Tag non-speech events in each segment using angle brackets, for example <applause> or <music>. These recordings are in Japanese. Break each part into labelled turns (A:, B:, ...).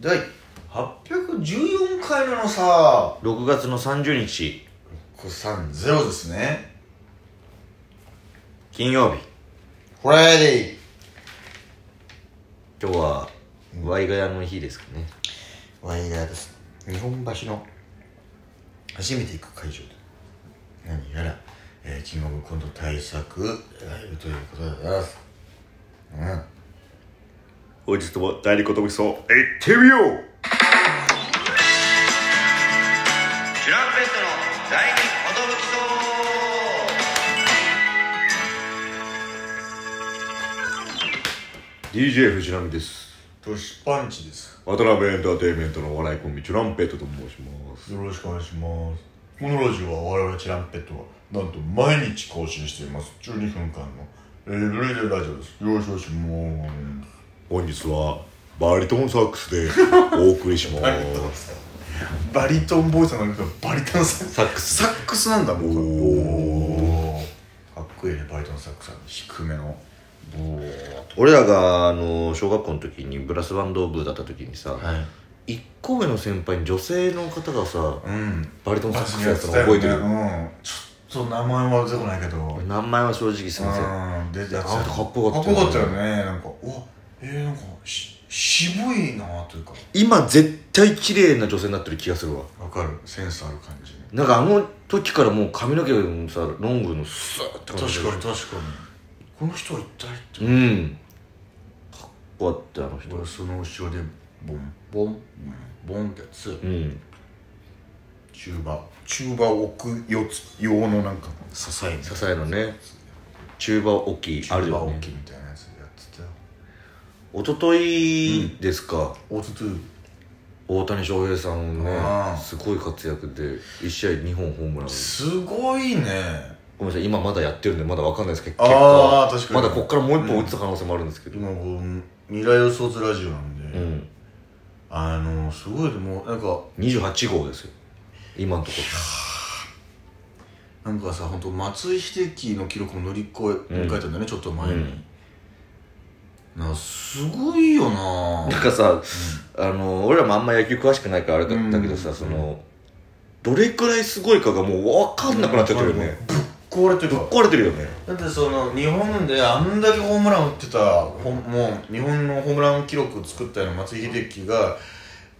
A: 第814回目のさ
B: 6月の30日
A: 630ですね
B: 金曜日
A: フライデー
B: 今日はワイガヤの日ですかね
A: ワイヤーです日本橋の初めて行く会場で何やら、えー、キングオブコント対策ライブということでございますうん
B: 本日も代理ことぶきそう行ってみよ
A: チュラ
B: う
A: ンペットの第二
B: DJ 藤波です
A: ほどきそうパンチです
B: 渡辺エンターテインメントのお笑いコンビチュランペットと申します
A: よろしくお願いしますこのラジオは我々チュランペットはなんと毎日更新しています12分間のエブリデイラジオですよろしくお願いします
B: 本日はバリトンサックスでお送りします <laughs>
A: バリトンボイスなんだけどバリトンサックス
B: サックス
A: サックスなんだもうかっこいいねバリトンサックスは低めのボー
B: 俺らがあの小学校の時にブラスバンド部だった時にさ、
A: はい
B: 一個上の先輩に女性の方がさ
A: うん
B: バリトンサックスやってたの
A: よ
B: 覚え
A: ね
B: てる、
A: うんちょっと名前は出てこないけど
B: 名前は正直すいません
A: うん出てた
B: あなたかっこよかった
A: かっこよか
B: よね
A: ったよねなんかうわえー、なんかし渋いなというか
B: 今絶対綺麗な女性になってる気がするわ
A: わかるセンスある感じね
B: なんかあの時からもう髪の毛もさロングのスーッて
A: 確か
B: 感
A: に
B: じで
A: 確かにこの人は一体って
B: うんかっこよかったよあの人
A: 俺その後ろでボンボンボンってやつ
B: うん
A: チューバチューバを置くよつ用のなんか支えみたい
B: 支えのねチューバ大きい
A: な
B: ある
A: チューバ
B: よ
A: 置
B: ね
A: きみたいなやつやってたよ
B: 一昨日ですか、
A: オートトゥー
B: 大谷翔平さんね
A: あー
B: すごい活躍で1試合2本ホームラン
A: すごいね
B: ごめんなさい今まだやってるんでまだわかんないですけど結
A: あー
B: 果
A: 確か
B: ま
A: に
B: だこっからもう一本打ってた可能性もあるんですけど
A: 今こう未来予想図ラジオなんで、
B: うん
A: あのすごいでもなんか
B: 28号ですよ今のところ
A: なんかさ本当松井秀喜の記録も乗り越え、
B: うん
A: 迎えたんだよねちょっと前に、
B: うん
A: なすごいよな
B: なんかさ、あの俺らもあんま野球詳しくないからあれだったけどさ、
A: うん
B: そのどれくらいすごいかがもう分かんなくなっちゃってるよね、
A: ぶっ壊れてるか
B: ぶっ壊れてるよね
A: だってその日本であんだけホームラン打ってたほんもう日本のホームラン記録作ったような松井秀喜が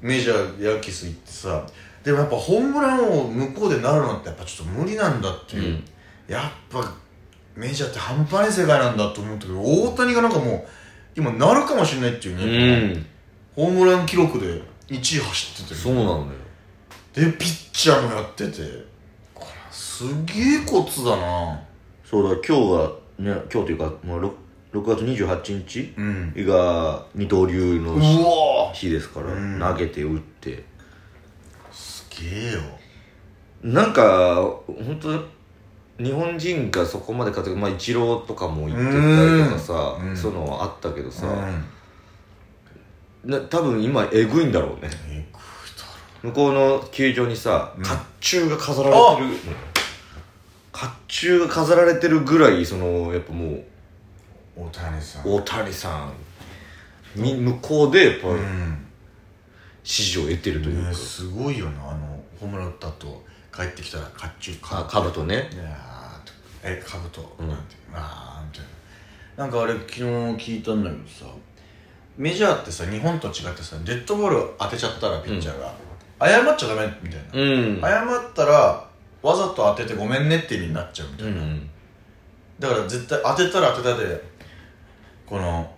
A: メジャーヤンキース行ってさでもやっぱホームラン王向こうでなるのってやっぱちょっと無理なんだっていう、
B: うん
A: やっぱメジャーって半端ない世界なんだと思ったけど大谷がなんかもう今なるかもしれないっていう
B: う
A: ね、
B: ん
A: ホームラン記録で1位走ってて
B: そうなのよ
A: でピッチャーもやっててこれすげえコツだな
B: そうだ今日はね今日というかもう 6, 6月28
A: うん
B: 日が二刀流
A: う
B: の
A: わ
B: 日ですから、
A: うん
B: 投げて打って
A: すげえよ
B: なんか本当日本人がそこまで活躍まあイチローとかも行ってたりとかさ、
A: うん
B: そういうのはあったけどさ、
A: うん
B: な多分今えぐいんだろうね
A: え
B: 向こうの球場にさ、
A: うん
B: 甲冑が飾られてる甲冑が飾られてるぐらいそのやっぱもう
A: ぐ大谷さん
B: 大谷さんに向こうでやっぱ
A: うん
B: 支持を得てるというか、
A: ねすごいよなあのホームラン打った後帰ってきたら甲冑
B: か
A: か
B: かぶとね
A: いやーとえかぶと
B: うん
A: なんてあーみたいななんかあれ昨日聞いたんだけどさメジャーってさ日本と違ってさデッドボール当てちゃったらピッチャーが、謝っちゃダメみたい
B: うん
A: な、謝ったらわざと当ててごめんねって意味になっちゃうみたいな、
B: うん
A: だから絶対当てたら当てたでこの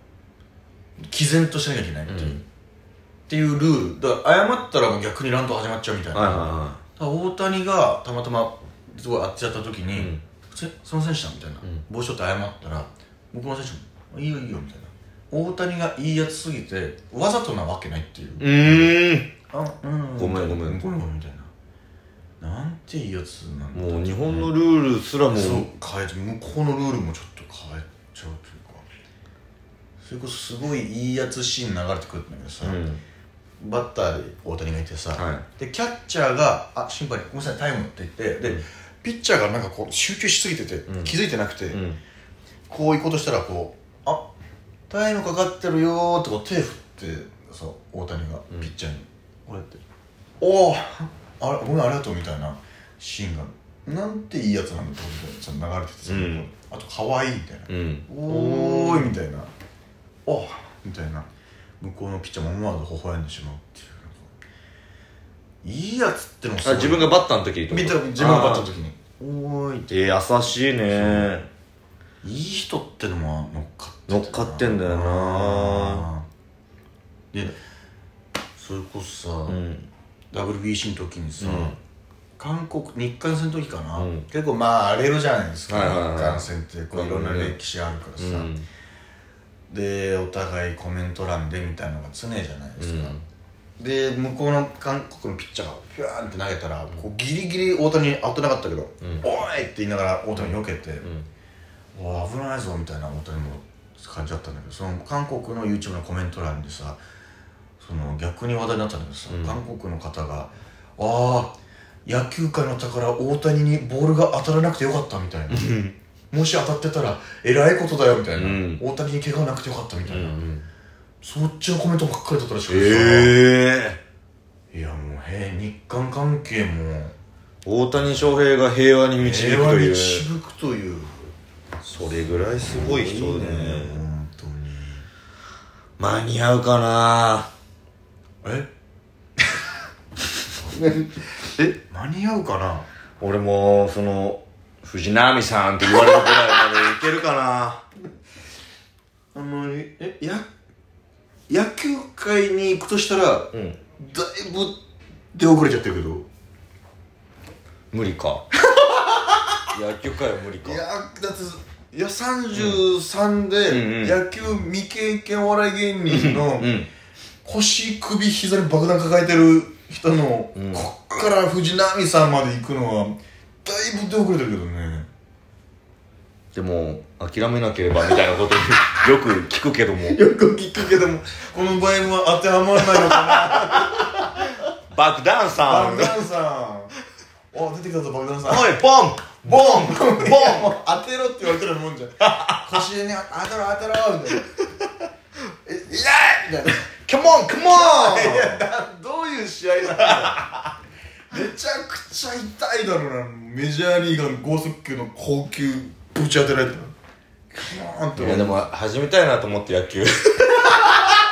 A: 毅然としなきゃいけないっていう,、
B: う
A: っ
B: ん
A: ていうルールだから謝ったらもう逆に乱闘始まっちゃうみたいな、
B: はいはいは
A: だから大谷がたまたますごい当てちゃった時に「
B: うん
A: せその選手だ」みたいな、
B: ん
A: 帽子取って謝ったら僕の選手も「いいよいいよ」みたいな大谷がいいやつすぎてわざとなわけないっていう
B: い、うーん
A: あうん
B: ごめんごめん
A: ごめんごめんみたいななんていいやつなんだ
B: もう日本のルールすらも
A: そう変えて向こうのルールもちょっと変えちゃうというかそれこそすごいいいやつシーン流れてくるんだけどさ、
B: うん
A: バッターで大谷がいてさ、
B: は
A: でキャッチャーが「あ審判にごめんなさいタイム」って言ってで、
B: うん
A: ピッチャーがなんかこう集中しすぎてて、
B: うん
A: 気づいてなくて、
B: うん
A: こう行こうとしたらこう「あタイムかかってるよ」ってこう手振ってさ大谷が
B: うん
A: ピッチャーに、こうやって「おおあれごめんありがとう」みたいなシーンがなんていいやつなんだってことでちょっと流れててさ、
B: うん
A: あと「可愛いみたいな
B: うん
A: 「おーい」みたいな「おーみたいな向こうのピッチャーも思わず微笑んでしまうっていうなんかいいやつってのもすご
B: あ
A: い
B: 自分がバッターの時ってこと
A: 見た自分がバッターの時に「おーい」って
B: えー優しいね
A: いい人ってのも乗っかって
B: 乗っかってんだよな
A: あーでそれこそさ、
B: うん、
A: WBC の時にさ、
B: うん
A: 韓国日韓戦の時かな、
B: うん
A: 結構まあ荒れるじゃないですか、
B: はいはいはい
A: 日韓戦ってこういろんな歴史あるから
B: う
A: さ、
B: ん
A: でお互いコメント欄でみたいなのが常じゃないで
B: う
A: すか、
B: ん
A: で向こうの韓国のピッチャーがピューンって投げたらこうギリギリ大谷に当てなかったけど「
B: うん
A: おい!」って言いながら大谷避けて、
B: うん
A: お危ないぞみたいな大谷も感じだったんだけどその韓国の YouTube のコメント欄でさその逆に話題になったんだけどさ、
B: うん
A: 韓国の方が「ああ野球界の宝大谷にボールが当たらなくてよかった」みたいな「もし当たってたらえらいことだよ」みたいな、
B: うん
A: 大谷に怪我なくてよかった」みた
B: う
A: いな、
B: ん
A: そっちのコメントばっかりだったらしくてさ、
B: ええ
A: いやもうへえ日韓関係も
B: 大谷翔平が平和に導く
A: 平
B: と
A: 和に
B: いう
A: 導くという
B: それぐらいすごい人ね
A: 本当に
B: 間に合うかな
A: <laughs> え
B: え
A: 間に合うかな
B: 俺もその藤波さんって言われるぐらいまでいけるかな
A: あのえや野球界に行くとしたらだい
B: うん
A: ぶ出遅れちゃってるけど
B: 無理か <laughs> 野球界は無理か
A: いやだっていや33で
B: うん
A: 野球未経験お笑い芸人の
B: うん
A: 腰首膝に爆弾抱えてる人の
B: うん
A: こっから藤波さんまで行くのはだいぶ出遅れてるけどね
B: でも諦めなければみたいなこと <laughs> よく聞くけども
A: よく聞くけどもこの場合も当てはまらないのか
B: <laughs>
A: な
B: 爆弾さん
A: 爆弾さんお出てきたぞ爆弾さん
B: <laughs> おいボンボンボン
A: もう当てろって言われてるもんじゃん腰に当たろう当たろうみたいな「えいやい!」みたいな
B: カモンカモ
A: い
B: ン
A: やだどういう試合なんだよめちゃくちゃ痛いだろうなメジャーリーガーの剛速球の高級ぶち当てられてるカーンって
B: いやでも始めたいなと思って野球 <laughs>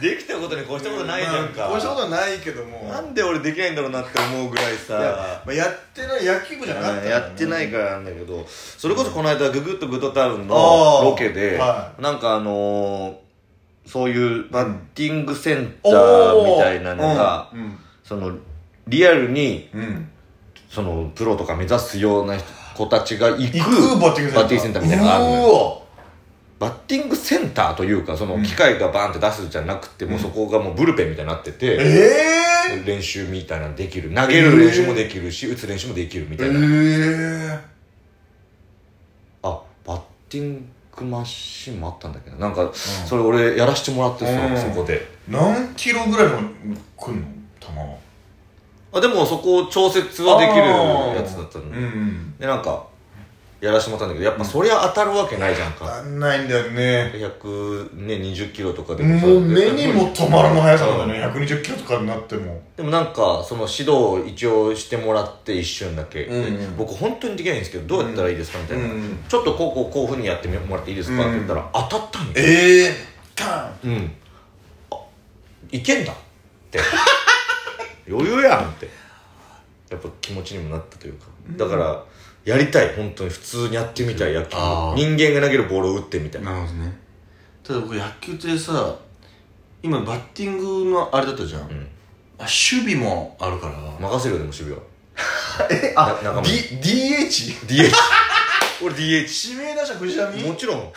B: できたことに越したことないじゃんか、
A: まあこうしたことはないけども
B: なんで俺できないんだろうなって思うぐら
A: い
B: い
A: や
B: さ
A: まあやってない野球部じゃなかったからね
B: やってないからなんだけどそれこそこの間「ググッとグッドタウン」の
A: あー
B: ロケで
A: は
B: なんかあのーそういうバッティングセンターみたいなのが
A: うん
B: そのリアルに
A: うん
B: そのプロとか目指すような人子たちが行く
A: 行くバッティングセンター
B: バッティングセンターみたいなのがあるのよ
A: うわ
B: バッティングセンターというかその機械がバンって出すじゃなくて、もうそこがもうブルペンみたいになってて、
A: ええ
B: 練習みたいなのできる投げる練習もできるし、打つ練習もできるみ
A: え
B: たいな、
A: え
B: あバッティングマシンもあったんだけどなんか、それ俺やらしてもらってさ、
A: うん
B: そこで
A: 何キロぐらいの来んの球は
B: あでもそこを調節はできるやつだったの、
A: うんうん
B: でなんかやらしてもらったんだけどやっぱそりゃ当たるわけないじゃん
A: 当
B: か、
A: たんないんだよね
B: 100ね20キロとかでさ
A: もう目にも止まらない速さなんだね
B: う
A: 120キロとかになっても
B: でもなんかその指導を一応してもらって一瞬だけ、
A: うんうん
B: で僕本当にできないんですけどどうやったらいいですかみたいな、
A: うん
B: ちょっとこうこうこういうふうにやってもらっていいですか、って言ったら当たったんよ
A: ええカ
B: うんあいけんだって <laughs> 余裕やんってやっぱ気持ちにもなったというかだからやりたい本当に普通にやってみたい野球
A: あー
B: 人間が投げるボールを打ってみたい
A: なるほどねただ僕野球ってさ今バッティングのあれだったじゃん、あ守備もあるから、
B: 任せるよでも守備 <laughs> は
A: え
B: あ D-
A: DH?
B: <laughs> DH 俺 DH
A: 指名打者藤浪
B: <laughs> もちろん
A: も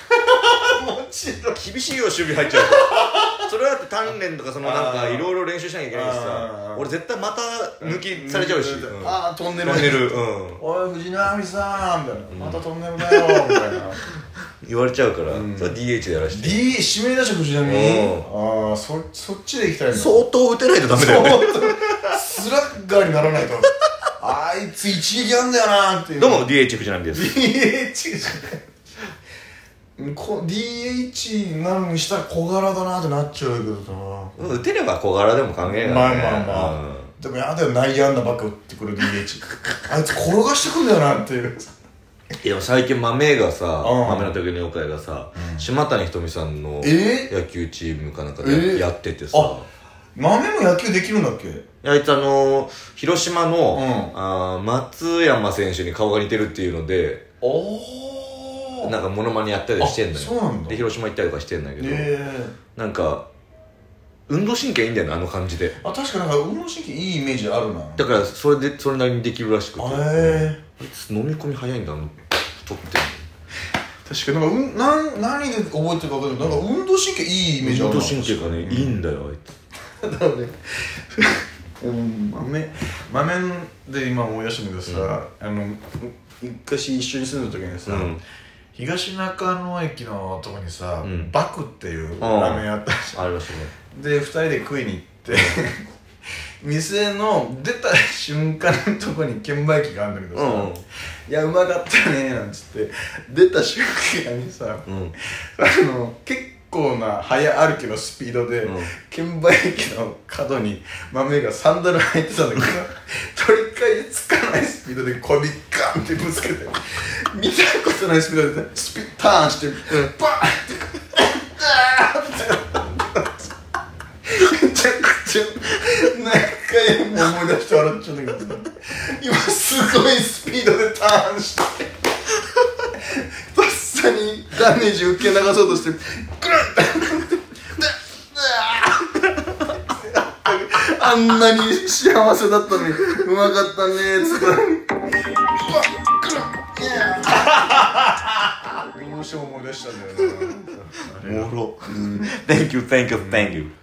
A: ちろん
B: 厳しいよ守備入っちゃう <laughs> とそれはだって鍛錬とかそのなん
A: あ
B: か
A: ー
B: いろいろ練習しなきゃいけないし
A: あ
B: さ
A: ー
B: 俺絶対また抜きされちゃうし、うん
A: ああ飛んでる
B: 飛んでる、うん、
A: おい藤浪さんみたいな、またトンネルだよみた
B: <laughs>
A: いな
B: 言われちゃうから、
A: うん
B: それは DH でやらして
A: D 指名打者藤浪
B: う
A: ああそそっちで行きたいの
B: 相当打てないとダメだよね
A: そうスラッガーにならないとあいつ一撃あんだよなっていう
B: どうも DH 藤波です
A: DH じゃないこ DH なのにしたら小柄だなってなっちゃうけどさ
B: 打てれば小柄でも関係ないからね
A: まあまあまあでもやだよ内野安打ばっか打ってくる DH あいつ転がしてくんだよな
B: <laughs>
A: っていう
B: いや最近豆がさ、
A: うん
B: 豆の時の妖怪がさ、島谷ひとみさんの
A: え
B: 野球チームかなんかでや,、
A: え
B: っててさ
A: あ豆も野球できるんだっけ
B: あいつあのー広島の、
A: うん
B: あー松山選手に顔が似てるっていうので
A: お
B: なんかモノマネやったりしてんの
A: あそうなん
B: よ
A: だ
B: で広島行ったりとかしてんだけど、
A: え
B: なんか運動神経いいんだよねあの感じで
A: えあ確かなんか運動神経いいイメージあるな
B: だからそれでそれなりにできるらしくて
A: ええ
B: あいつ飲み込み早いんだあの太って
A: 確かになんかうんなん何で覚えてるか分かんないけどなんか運動神経いいイメー
B: 運
A: ジある
B: 動
A: な
B: 神経がね、いいんだよあいつ
A: だよねうん豆豆で今思い出したんだけどさ、あの昔一緒に住んでた時にさ、
B: うん
A: 東中野駅のとこにさ、
B: うん
A: バクっていうラーメン屋あったじゃん
B: ありましたね
A: で2人で食いに行って
B: <laughs>
A: 店の出た瞬間のとこに券売機があるんだけどさ「
B: うん
A: いやうまかったね」なんつって出た瞬間にさ、
B: うん
A: あの結構な早歩きのスピードで、
B: うん
A: 券売機の角に豆がサンダル履いてたんだけど
B: <laughs>
A: 取り返しつかないスピードで小指ガンってぶつけて見たことないスピードでスピターンしてバーンってめちゃくちゃ何回も思い出して笑っちゃうんだけど今すごいスピードでターンしてとっさにダメージ受け流そうとしてグルンってあんなに幸せだったのにうまかったねーつってどうしても思い出したんだよな <laughs>
B: もろ Thank you, thank you, thank you